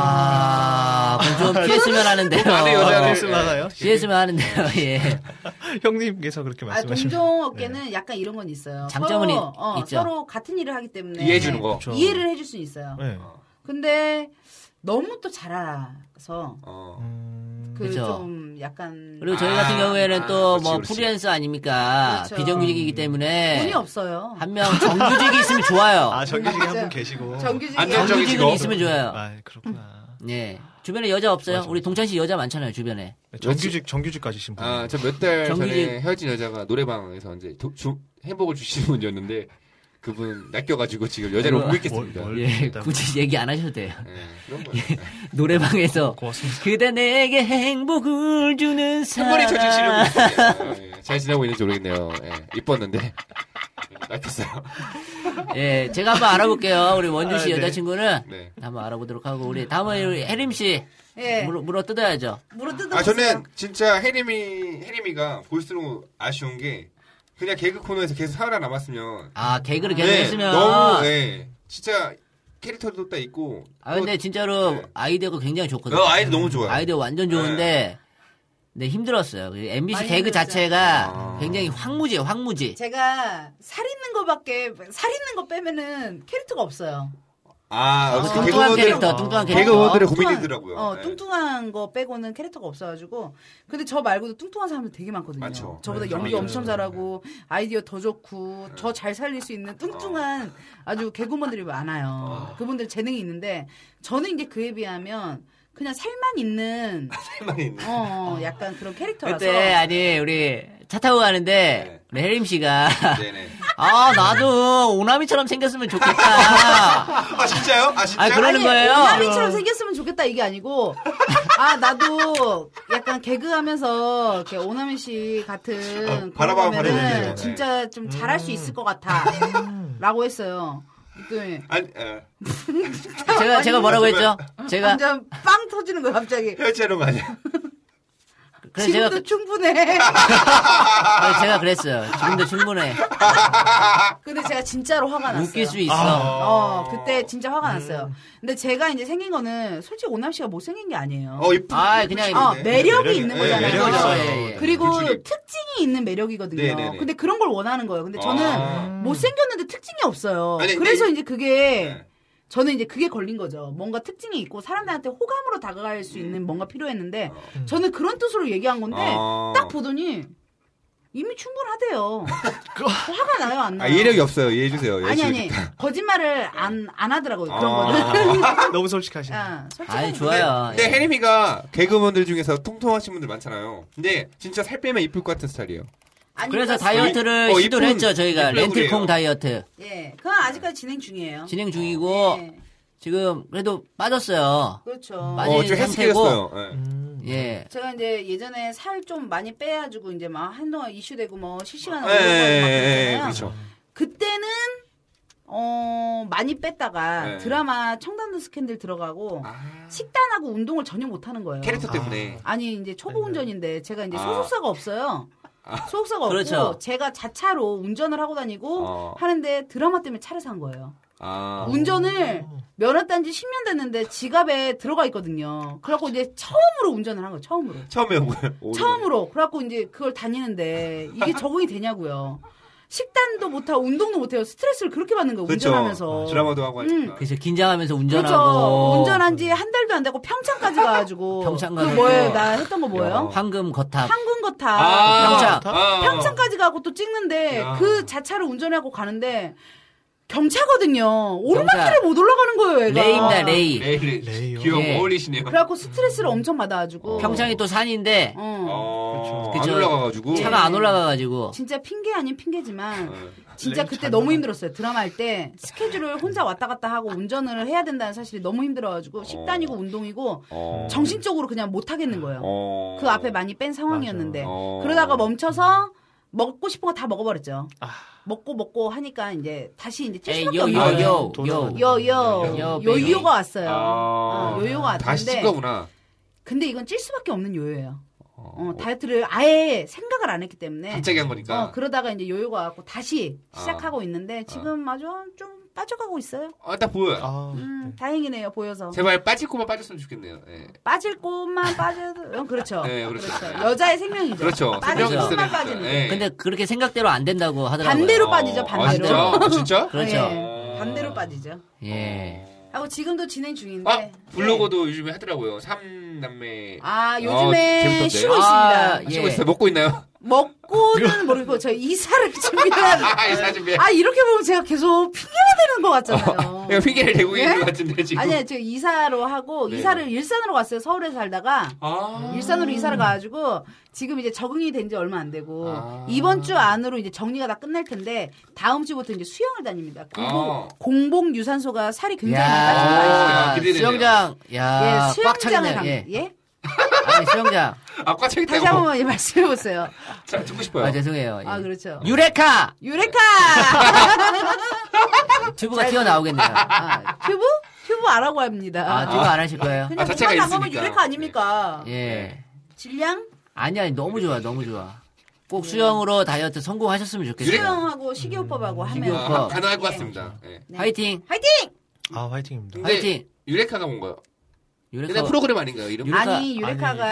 아, 그럼 좀 피했으면 하는데요.
네,
많은
어,
여자를-
피했으면 하나요?
피했으면 하는데요. 예.
형님께서 그렇게
아,
말씀하시면 네.
동종업계는 약간 이런 건 있어요.
장점은
서로,
있-
어,
있죠.
서로 같은 일을 하기 때문에
이해해주는 거.
그쵸.
이해를 해줄 수 있어요.
네.
근데 너무 또 잘 알아서
어.
음,
그쵸.
그 좀 약간
그리고
돈
저희
아,
같은 경우에는
아,
또
그렇지,
뭐
그렇지.
프리랜서 아닙니까?
그렇죠.
비정규직이기 때문에
이 없어요.
네. 한 명 정규직이 있으면 좋아요.
아, 정규직에 한 분
맞아요.
계시고.
정규직이
안정적인
아니고.
정규직은
직업.
있으면 좋아요.
아, 그렇구나.
예. 주변에 여자 없어요?
맞아.
우리 동찬 씨 여자 많잖아요, 주변에.
네, 정규직, 정규직 가지신 분.
음. 아, 저 몇 달 전에
음. 정규직.
헤어진 여자가 노래방에서 이제 도, 주, 행복을 주시는 분이었는데 그분 낚여가지고 지금 여자를
뭘-
옮고 있겠습니다.
뭘- 뭘-
예,
일단.
굳이 얘기 안 하셔도 돼요.
예, 그런 거예요.
노래방에서
고맙습니다.
그대 내게 행복을 주는 사람.
충분히 쳐주시는 분이에요. 예, 잘 지내고 있는지 모르겠네요. 예, 이뻤는데 예, 낚였어요.
예, 제가 한번 알아볼게요. 우리 원준
아,
씨
네.
여자친구는
네.
한번 알아보도록 하고 우리 다음은 우리 혜림 씨
예.
물어, 물어 뜯어야죠.
물어 뜯어.
아 저는 진짜 해림이 해림이가 볼수록 아쉬운 게 그냥 개그 코너에서 계속 살아남았으면
아 개그를 계속
네,
했으면
너무 예, 진짜 캐릭터도 딱 있고
아 근데 진짜로
네.
아이디어가 굉장히 좋거든요.
어, 아이디 너무 좋아요.
아이디어 완전 좋은데 네, 힘들었어요. 그 MBC
많이
개그
힘들었어요.
자체가
아.
굉장히 황무지예요. 황무지.
제가 살 있는 거밖에 살 있는 거 빼면은 캐릭터가 없어요.
아,
아, 역시
뚱뚱한
개그우먼들은- 어,
캐릭터, 뚱뚱한 캐릭터.
개그우먼들의
뚱뚱한-
고민이더라고요.
어,
네.
뚱뚱한 거 빼고는 캐릭터가 없어가지고. 근데 저 말고도 뚱뚱한 사람들 되게 많거든요.
많죠.
저보다
네,
연기
정확히
엄청 잘하고 아이디어 더 좋고 저 잘 살릴 수 있는
어.
뚱뚱한 아주 개그먼들이 많아요. 그분들 재능이 있는데 저는 이제 그에 비하면 그냥 살만 있는
살만 있네.
어, 어, 약간 그런 캐릭터라서.
그때 아니 우리 차 타고 가는데
네.
우리 혜림 씨가
네네.
아 나도 오나미처럼 생겼으면 좋겠다.
아 진짜요? 아 진짜?
아, 그러는 거예요.
오나미처럼 생겼으면 좋겠다 이게 아니고 아 나도 약간 개그하면서 이렇게 오나미 씨 같은
아,
그런
바라봐,
거면은
바라봐.
진짜 좀 잘할 수 있을 것
음.
같아라고 했어요. 네.
아니, 어,
제가 제가 뭐라고 했죠? 제가
완전 빵 터지는 거야 갑자기.
헤어지는 거 아니야?
그래서 제가
지금도 충분해.
아.
그래서 제가 그랬어요. 지금도 충분해.
근데 제가 진짜로 화가 났어요.
웃길 수 있어.
아.
어 그때 진짜 화가
음.
났어요. 근데 제가 이제 생긴 거는 솔직히 오남 씨가 못 생긴 게 아니에요.
어 이쁘.
아, 그냥
어,
네.
매력이
매력이-
있는
네,
거잖아요.
매력이
있어요.
예, 예.
그
그리고
중에-
특징이 있는 매력이거든요.
네, 네, 네.
근데 그런 걸 원하는 거예요. 근데 저는
아.
못생겼는데 특징이 없어요.
아니,
그래서
근데-
이제 그게
네.
저는 이제 그게 걸린 거죠. 뭔가 특징이 있고 사람들한테 호감으로 다가갈 수 있는 뭔가 필요했는데 저는 그런 뜻으로 얘기한 건데
음. 아.
딱 보더니 이미 충분하대요.
그
뭐 화가 나요, 안
아
나요?
예력이 없어요. 이해해 주세요. 네.
아니 아니 거짓말을 안 안 하더라고요. 그런
아.
거는.
너무 솔직하시네.
아, 솔직히
아니 좋아요.
근데 해림이가 개그우먼들 중에서 통통하신 분들 많잖아요. 근데 진짜 살 빼면 이쁠 것 같은 스타일이에요.
아니,
그래서
그러니까
다이어트를
어,
시도를
이쁜-
했죠 저희가
이쁜
렌틸콩
얼굴이에요.
다이어트
예, 그건 아직까지 진행 중이에요.
진행 중이고
예,
지금 그래도 빠졌어요.
그렇죠.
많이
어, 좀
상태고.
헬스케였어요. 예.
음.
예.
제가 이제 예전에 살 좀 많이 빼가지고 이제 막 한동안 이슈되고 뭐 실시간에
예, 예, 예,
올라가고 막
그렇죠.
그때는 어 많이 뺐다가
예.
드라마 청담동 스캔들 들어가고
아,
식단하고 운동을 전혀 못하는 거예요.
캐릭터
아.
때문에.
아니 이제 초보 운전인데 제가 이제
아.
소속사가 없어요. 소속사가
그렇죠.
없고 제가 자차로 운전을 하고 다니고
어.
하는데 드라마 때문에 차를 산 거예요.
아,
운전을 면허 딴지 10년 됐는데 지갑에 들어가 있거든요. 그래갖고 이제 처음으로 운전을 한 거예요. 처음으로.
처음에 온 거예요. 오,
처음으로 그래갖고 이제 그걸 다니는데 이게 적응이 되냐고요. 식단도 못하고 운동도 못해요. 스트레스를 그렇게 받는 거예요.
그렇죠.
운전하면서. 음.
드라마도 하고 하니까.
그래서 긴장하면서
그렇죠.
운전하고
운전한 지 한 달도 안 되고 평창까지 가가지고.
평창
그
가가지고.
뭐예요? 나 했던 거
야.
뭐예요?
황금 거탑
항군 거타.
평창.
아,
평창까지 가고 또 찍는데
야.
그 자차를 운전하고 가는데
경차.
경차거든요. 오르막길을 못 올라가는 네. 거예요, 애가.
레이입니다 레이.
레일,
레이요.
귀여워
예.
어울리시네요.
그래갖고 스트레스를 엄청 받아가지고.
평창이 또 산인데
어.
어,
그렇죠.
안 올라가가지고.
차가 안 올라가가지고
진짜 핑계 아닌 핑계지만
어.
진짜
레이
그때
잘
너무
나가.
힘들었어요. 드라마 할 때 스케줄을 혼자 왔다 갔다 하고 운전을 해야 된다는 사실이 너무 힘들어가지고 식단이고 운동이고
어.
정신적으로 그냥 못 하겠는 거예요.
어.
그 앞에 많이 뺀 상황이었는데
어.
그러다가 멈춰서 먹고 싶은 거 다 먹어버렸죠.
아.
먹고 먹고 하니까 이제 다시 이제 뛸
에이
수밖에 아, 없는
요,
거예요.
요요요
요.
요요
요,
요요가 왔어요.
아.
어, 요요가
다시
왔는데
찐 거구나.
근데 이건 찔 수밖에 없는 요요예요. 어, 다이어트를 아예 생각을 안 했기 때문에
갑자기 아. 한 거니까.
어, 그러다가 이제 요요가 와갖고 다시 시작하고 있는데 지금 아주 좀 빠져가고 있어요.
아, 딱 보여요.
아,
음, 다행이네요 보여서
제발 빠질 것만 빠졌으면 좋겠네요. 예.
빠질 곳만 빠져도 어, 그렇죠.
네, 그렇죠. 네.
여자의 생명이죠.
그렇죠.
빠질
생명이
곳만
있으니까.
빠지는.
예.
근데 그렇게 생각대로 안 된다고 하더라고요
반대로
어.
빠지죠. 반대로.
아, 어. 진짜? 진짜?
그렇죠.
예, 반대로 빠지죠.
예
하고 지금도 진행 중인데.
아, 블로거도 요즘에 하더라고요. 삼남매.
네. 아
아,
요즘에
재밌던데.
쉬고
아,
있습니다.
예.
치고 있어요. 먹고 있나요?
먹고는 모르고 저 이사를 준비한.
아, 이사 준비.
아 이렇게 보면 제가 계속 핑계가 되는 것 같잖아요.
그냥 핑계를 대고
예?
있는 것 같은데 지금.
아니야 제가 이사로 하고
네.
이사를 일산으로 갔어요. 서울에 살다가
아.
일산으로 이사를 가가지고 지금 이제 적응이 된 지 얼마 안 되고
아.
이번 주 안으로 이제 정리가 다 끝날 텐데 다음 주부터 이제 수영을 다닙니다. 공복,
아.
공복 유산소가 살이 굉장히 많아진 거 아시죠?
아,
야,
기대되네요.
수영장 야
예,
아, 꽉
수영장을
차겠네요
가.
예.
예? 예?
아니 수영장
아, 꽉차있
다시
다
한
고
번만 예, 말씀해 보세요.
잘 듣고 싶어요.
아 죄송해요 예.
아 그렇죠.
유레카
유레카!
튜브가 튀어나오겠네요
아, 튜브? 튜브 아라고 합니다.
아 튜브 안 하실 거예요
그냥
아, 자체가
누가 나가면
있으니까.
유레카 아닙니까?
예
질량?
아니 아니 너무 좋아 너무 좋아 꼭 수영으로 다이어트 성공하셨으면 좋겠어요
수영하고 식이요법하고 하면
식이요법.
아, 가능할 것 같습니다. 예.
네.
화이팅
화이팅!
아 화이팅입니다.
근데
화이팅
유레카가 뭔가요? 옛날
유레카
프로그램 아닌가요? 이름?
유레카-
아니 유레카가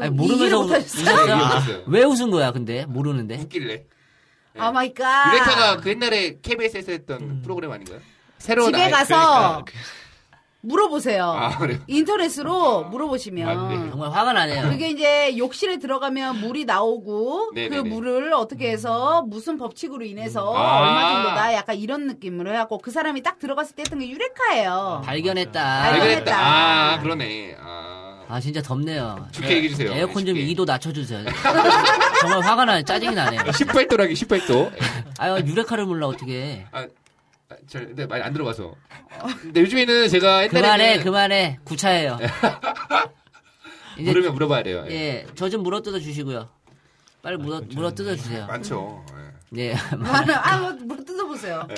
아니,
이해를
모르면서
못하셨어요.
웃었어요.
아,
아, 왜 웃은 거야 근데 모르는데
웃길래.
아 마이 갓.
유레카가 그 옛날에 KBS에서 했던 프로그램 아닌가요? 새로운
집에
아이-
가서
그러니까.
물어보세요.
아, 그래요?
인터넷으로
아, 네.
물어보시면
정말 화가 나네요
그게 이제 욕실에 들어가면 물이 나오고
네네네. 음.
그 물을 어떻게 해서 무슨 법칙으로 인해서
아.
얼마 정도다 약간 이런 느낌으로 해갖고 그 사람이 딱 들어갔을 때 했던 게 유레카예요.
아.
발견했다
발견했다.
발견했다. 아, 그러네. 아.
아 진짜 덥네요
좋게 얘기해주세요.
에어컨 좀
쉽게.
2도 낮춰주세요 정말 화가 나요 짜증이 나네요
18도라기 18도.
아 유레카를 몰라 어떻게
아, 아, 저 근데 많이 안 들어봐서. 근데 요즘에는 제가
그만해
옛날에는
그만해 구차해요 이제
물으면 물어봐야 돼요. 예.
예 저 좀 물어뜯어 주시고요 빨리 물어 물어뜯어 주세요
많죠.
예
나는 아뭐 뜯어보세요.
예.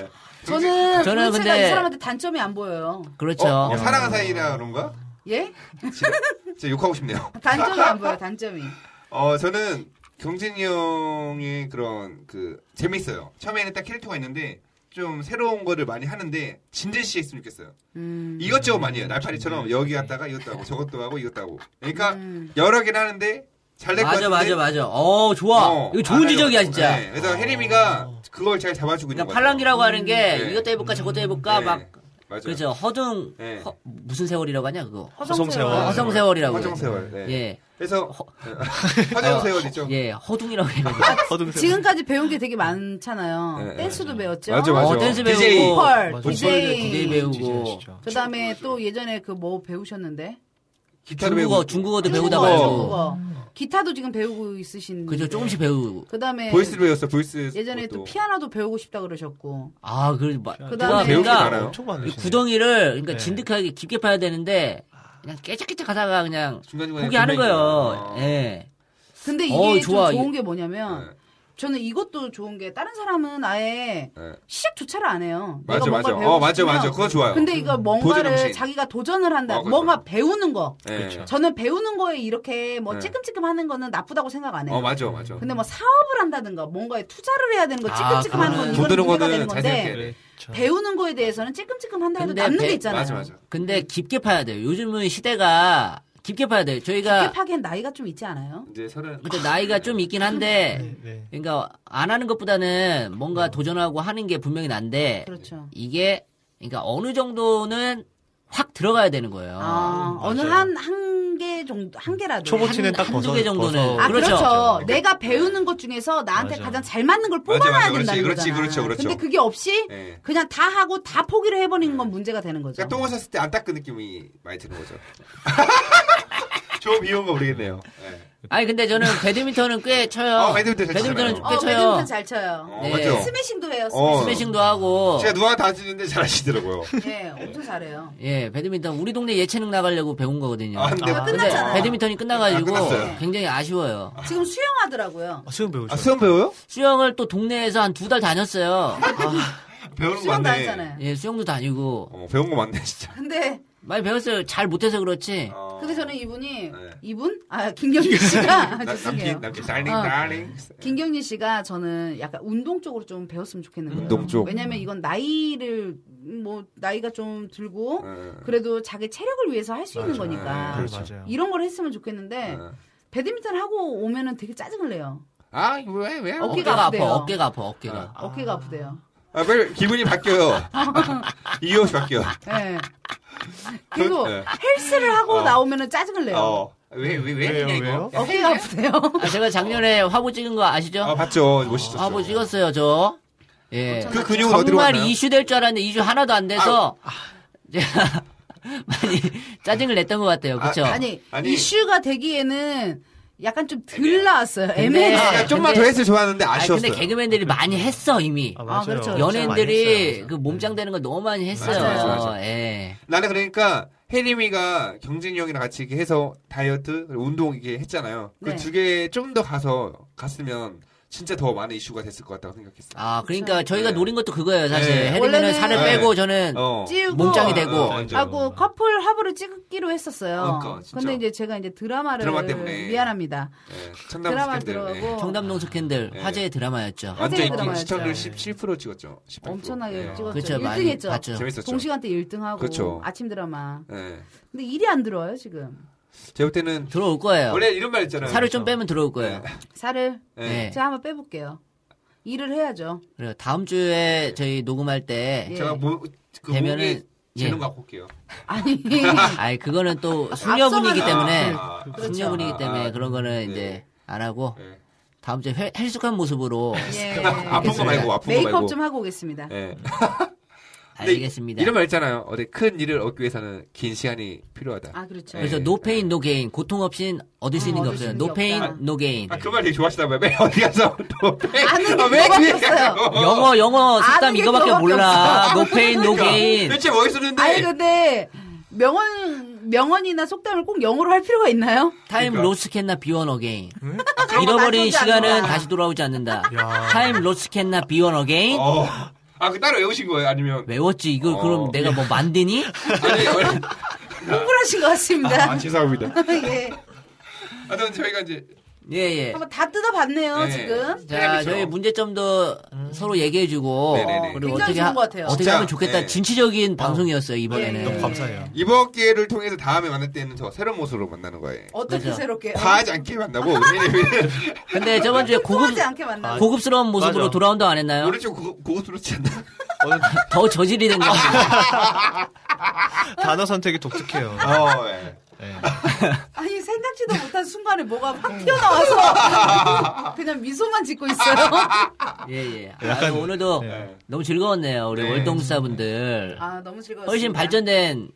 저는
저는 저는
근데-
근데 이 사람한테 단점이 안 보여요.
그렇죠
어, 사랑한 사이라 그런가?
예?
진짜 욕하고 싶네요.
단점이 안 보여. 단점이.
어, 저는 경진이 형의 그런 그 재밌어요. 처음에는 딱 캐릭터가 있는데 좀 새로운 거를 많이 하는데 진진씨했으면 좋겠어요.
음.
이것저것 많이 해요.
음.
날파리처럼 여기
네.
갔다가 이것도 하고 저것도 하고 이것도 하고. 그러니까
음.
여러 개를 하는데 잘 될 것
맞아
같은데.
맞아 맞아 어 좋아
어,
이거 좋은
안
지적이야
하려고.
진짜 어.
네, 그래서 혜림이가 그걸 잘 잡아주고 있는
그러니까
거
팔랑귀라고 하는 게
네.
이것도 해볼까 저것도 해볼까 막
맞아요.
그렇죠 허둥
네.
허- 무슨 세월이라고 하냐 그거
허성세월.
어, 허성세월이라고
허정세월. 네.
예.
그래서 네. 허정세월이죠.
예, 허둥이라고 아, 해가지고.
허둥세.
지금까지 배운 게 되게 많잖아요.
네,
댄스도 배웠죠.
맞아, 맞아.
어, 댄스 배우고.
DJ.
보컬,
맞아.
DJ.
DJ 배우고.
그다음에 또 예전에 그 뭐 배우셨는데?
기타도
중국어,
배우고.
중국어도 배우다
중국어,
말고.
중국어.
음.
기타도 지금 배우고 있으신.
그죠, 조금씩 배우고.
그다음에
네. 보이스를 배웠어. 보이스.
예전에 또
것도.
피아노도 배우고 싶다 그러셨고.
아, 그, 막,
그다음에
그러니까
배우진 않아요.
엄청 네, 많으시네.
구덩이를, 그러니까
네.
진득하게 깊게 파야 되는데, 그냥 깨작깨작 하다가 그냥
중간중간에 어.
포기하는
고민이
거예요.
있구나.
예.
근데 이게
어우, 좋아.
좀 좋은 게
네.
뭐냐면 저는 이것도 좋은 게 다른 사람은 아예
예, 예.
시작조차를 안 해요. 내가
맞아
뭔가를
맞아.
배우고
어 맞아
싶으면.
맞아. 그거 좋아요.
근데 이거
도전
뭔가를
정신.
자기가 도전을 한다.
어, 그렇죠.
뭔가 배우는 거.
예.
그쵸.
저는 배우는 거에 이렇게 뭐
네.
찔끔찔끔 하는 거는 나쁘다고 생각 안 해요.
어 맞아 맞아.
근데 뭐 사업을 한다든가 뭔가에 투자를 해야 되는 거 찔끔찔끔 하는 건
그거는
이거는
돈 드는
문제가
아, 거는
되는
자세히
건데
해야 돼.
그렇죠.
배우는 거에 대해서는 찔끔찔끔 한다 해도
근데
남는
배-
게 있잖아요.
맞아 맞아.
근데 깊게 파야 돼요. 요즘은 시대가 깊게 파야 돼요. 저희가
그러니까 급하기엔 나이가 좀 있지 않아요?
이제 서른.
근데 나이가 좀 있긴 한데
네.
그러니까 안 하는 것보다는
네.
뭔가 도전하고 하는 게 분명히 난데
그렇죠.
이게 그러니까 어느 정도는 확 들어가야 되는 거예요.
아, 어느
맞아요.
한 한 개 정도 한 개라도
초보치는 딱
한두
벗어.
개 정도는.
벗어.
아 그렇죠.
그렇죠.
내가 배우는 것 중에서 나한테
맞아.
가장 잘 맞는 걸
그러니까. 맞아,
뽑아놔야
맞아. 그렇지,
된다는
그렇지,
거잖아.
그렇죠, 그렇죠.
근데 그게 없이
예.
그냥 다 하고 다 포기를 해버리는 건 문제가 되는 거죠.
그러니까 똥을 샀을 때 안 닦은 느낌이 많이 드는 거죠. 좀 비용가 모르겠네요. 예.
아니 근데 저는 배드민턴은 꽤 쳐요.
어, 배드민턴 잘
배드민턴은
치잖아요.
꽤
어,
쳐요.
배드민턴 잘 쳐요.
어,
네.
맞죠.
스매싱도 해요.
어.
스매싱.
스매싱도 하고
제가 누가 다지는데 잘하시더라고요.
예, 엄청 잘해요.
예 배드민턴 우리 동네 예체능 나가려고 배운 거거든요.
아, 근데
아,
근데
끝났잖아요.
배드민턴이
아,
끝나가지고
끝났어요.
굉장히 아쉬워요.
지금 수영하더라고요.
아, 수영 배우죠.
아, 수영 배워요?
수영을 또 동네에서 한 두 달 다녔어요. 아,
배우는 거
수영 다
맞네.
했잖아요.
예 수영도 다니고
어, 배운 거 맞네 진짜.
근데
많이 배웠어요. 잘 못해서 그렇지.
어.
근데 저는 이분이
네.
이분 아 김경진 씨가
나-
아,
네.
죄송해요.
남친 남친 달링
어.
달링.
김경진 씨가 저는 약간 운동 쪽으로 좀 배웠으면 좋겠는 거예요.
운동 쪽.
왜냐면 이건 나이를 뭐 나이가 좀 들고
어.
그래도 자기 체력을 위해서 할 수 있는
맞아요.
거니까
네, 그렇죠.
맞아요.
이런 걸 했으면 좋겠는데
어.
배드민턴 하고 오면은 되게 짜증을 내요.
아, 왜, 왜?
어깨-
어깨가 아파.
아프대요.
어깨가 아파. 어깨가.
어깨가 아프대요.
아, 빨리 기분이 바뀌어요. 이옷이 바뀌어.
예. 그리고
아. 네.
헬스를 하고
어.
나오면은 짜증을 내요.
어. 왜, 왜, 왜?
왜요,
그냥 이거?
왜요?
어깨가 아프대요.
아, 제가 작년에 화보 찍은 거 아시죠?
아, 봤죠. 멋있었어.
화보 찍었어요, 저. 예.
그 근육은 어디로
정말
왔나요?
이슈 될 줄 알았는데 이슈 하나도 안 돼서 제가 많이 짜증을 냈던 것 같아요. 그쵸?
아,
아니,
아니.
이슈가 되기에는 약간 좀 덜 나왔어요. 애매해.
근데-
아, 좀만
근데-
더 했을 좋았는데
아니,
아쉬웠어요.
근데 개그맨들이 많이 했어, 이미.
아, 맞아요.
그렇죠.
진짜 많이
연예인들이
했어요.
그 몸짱되는 거 너무 많이 했어요.
맞아, 맞아, 맞아.
예.
나는 그러니까 혜림이가 경진이 형이랑 같이 이렇게 해서 다이어트, 그리고 운동 이게 했잖아요.
네.
그 두 개 좀 더 가서 갔으면 진짜 더 많은 이슈가 됐을 것 같다고 생각했어요.
아, 그러니까
그렇죠.
저희가
네.
노린 것도 그거예요, 사실.
네.
헤드맨은
원래는-
살을 빼고 저는
어.
찌우고
몸짱이 되고.
어,
그렇죠. 맞아요.
하고 커플 화보를 찍기로 했었어요.
그러니까, 진짜.
근데 이제 제가 이제 드라마를
드라마 때문에.
미안합니다.
예, 청담
드라마
스캔들, 예.
들어가고
청담동 스캔들
네.
화제의 드라마였죠.
완전
화제의
인기
드라마였죠.
시청률 17% 찍었죠. 18%.
엄청나게
예.
찍었죠.
그렇죠,
1등
많이
했죠.
봤죠.
재밌었죠.
동시간대 1등하고
그렇죠.
아침 드라마.
예.
근데 일이 안 들어요 지금.
제가 볼 때는
들어올 거예요.
원래 이런 말 있잖아요.
살을 좀 빼면 들어올 거예요.
살을
예.
네.
제가 한번 빼볼게요. 일을 해야죠.
그래요. 다음 주에 저희 녹음할 때
예.
제가 뭐, 그
되면은-
목에 재능
예.
갖고 올게요.
아니
예.
아이 그거는 또 숙녀분이기
앞서가는- 네.
때문에
아, 아,
숙녀분이기 때문에
아, 아.
그런 거는
네.
이제 안 하고
예.
다음 주에 헬- 헬쑥한 모습으로
예.
아픈 거 말고, 아픈 거
메이크업
말고.
좀 하고 오겠습니다.
예.
알겠습니다.
이런 말 있잖아요. 어디 큰 일을 얻기 위해서는 긴 시간이 필요하다.
아 그렇죠.
그래서
예.
노 페인 노 게인 고통 없인 얻을 수
음,
있는 게
얻을 수
없어요.
있는
노
게 없다.
페인 노 게인.
아, 그 말 되게 좋아하시나 봐요. 맨 어디 가서 또 배-
아는 그 게
아, 맨
뭐가
뒤에
있겠어요?
가요.
영어 영어
아는
속담
게
이거밖에
그거밖에
몰라.
없어.
노 페인 노
그러니까.
게인.
대체 뭐 있었는데?
아니 그 근데 명언 명언이나 속담을 꼭 영어로 할 필요가 있나요?
타임
그러니까.
로스 캔나 비원 어게인.
아, 그런 거
잃어버린
말도 안
시간은
돼.
다시 돌아오지 않는다.
야.
타임 로스 캔나 비원 어게인.
어. 아, 그 따로 외우신 거예요? 아니면?
외웠지 이걸
어.
그럼 내가 뭐 만드니?
네.
아니, 원래-
공부를 하신 것 같습니다.
아, 죄송합니다.
예.
하여튼 저희가 이제
예 예.
한번 다 뜯어봤네요
네.
지금.
자,
텔레비전.
저희 문제점도 서로 얘기해주고
네네네.
그리고
굉장히
어떻게
좋은
하,
것 같아요.
어떻게
진짜,
하면 좋겠다.
네.
진취적인 방송이었어요 이번에는.
네.
너무 감사해요.
이번 기회를 통해서 다음에 만날 때는 저 새로운 모습으로 만나는 거예요.
어떻게
그렇죠.
새롭게?
과하지 않게 만나고, 왜냐면
근데 저번 주에 고급 아,
하지 않게 만나.
고급스러운 모습으로
맞아.
돌아온다 안 했나요?
오른쪽 고- 고급스럽지 않나?
오늘
더 저질이 된것 같아요.
단어 선택이 독특해요.
어, 예.
네.
아니 생각지도 못한 순간에 뭐가 확 튀어나와서 그냥 미소만 짓고 있어요.
예예. 아,
약간-
오늘도
네.
너무 즐거웠네요 우리
네.
월동사분들.
아 너무 즐거웠어요.
훨씬 발전된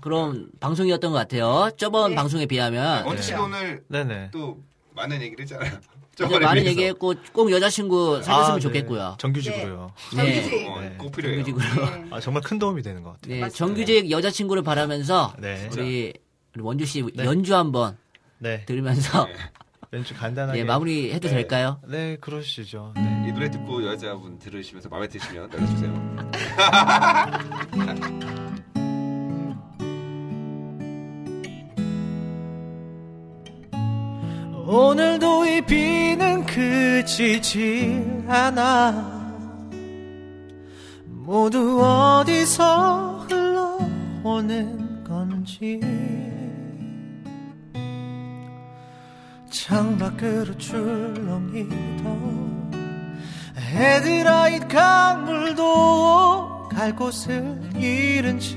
그런 방송이었던 것 같아요. 저번
네.
방송에
어?
비하면
원주 씨가 오늘
네네.
또 많은 얘기를 했잖아요.
이제
저번에
네, 많은
비해서.
얘기했고 꼭 여자친구 사귀었으면
네. 아, 네.
좋겠고요.
정규직으로요.
정규직.
어,
네.
꼭 필요해요.
정규직으로.
네.
아, 정말 큰 도움이 되는 것 같아요.
네,
맞습니다.
정규직 여자친구를 바라면서
네.
우리 우리 원주 씨
네.
연주 한번
네.
들으면서
연주 간단하게.
예, 음. 마무리 해도
네.
될까요?
네, 그러시죠. 네.
이 노래 듣고 여자분 들으시면서 마음에 드시면 연락주세요.
오늘도 이 비는 그치지 않아 모두 어디서 흘러오는 건지 창밖으로 출렁이던 헤드라이트 강물도 갈 곳을 잃은 채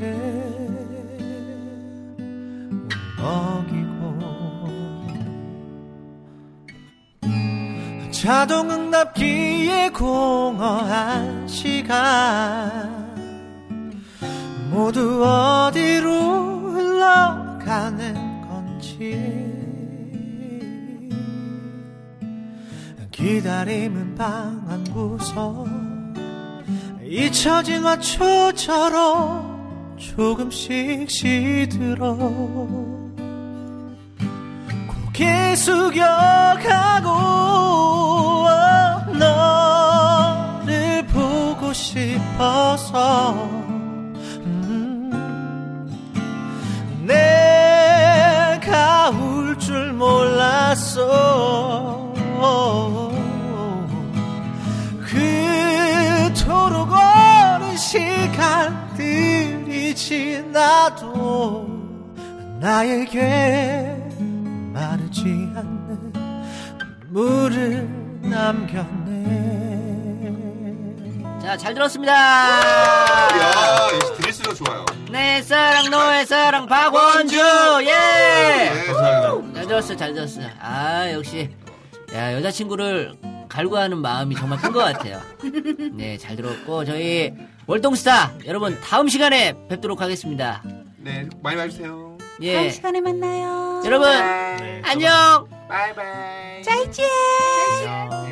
먹이고 자동 응답기에 공허한 시간 모두 어디로 흘러가는 건지 기다림은 방 안 구석 잊혀진 화초처럼 조금씩 시들어 고개 숙여가고 너를 보고 싶어서 음, 내가 울 줄 몰랐어 그토록 오랜 시간들이 지나도 나에게 마르지 않는 물을 남겼네
자, 잘 들었습니다.
야, 역시 들을수록 좋아요.
내 사랑, 너의 사랑, 박원주!
네,
예!
감사합니다.
잘 들었어, 잘 들었어. 아, 역시. 야, 여자친구를 갈구하는 마음이 정말 큰 것 같아요. 네, 잘 들었고, 저희 월동스타, 여러분, 다음 시간에 뵙도록 하겠습니다.
네, 많이 와주세요.
예.
다음 시간에 만나요.
여러분,
네,
안녕! 네.
바이바이. 네,
짜이찌
안녕.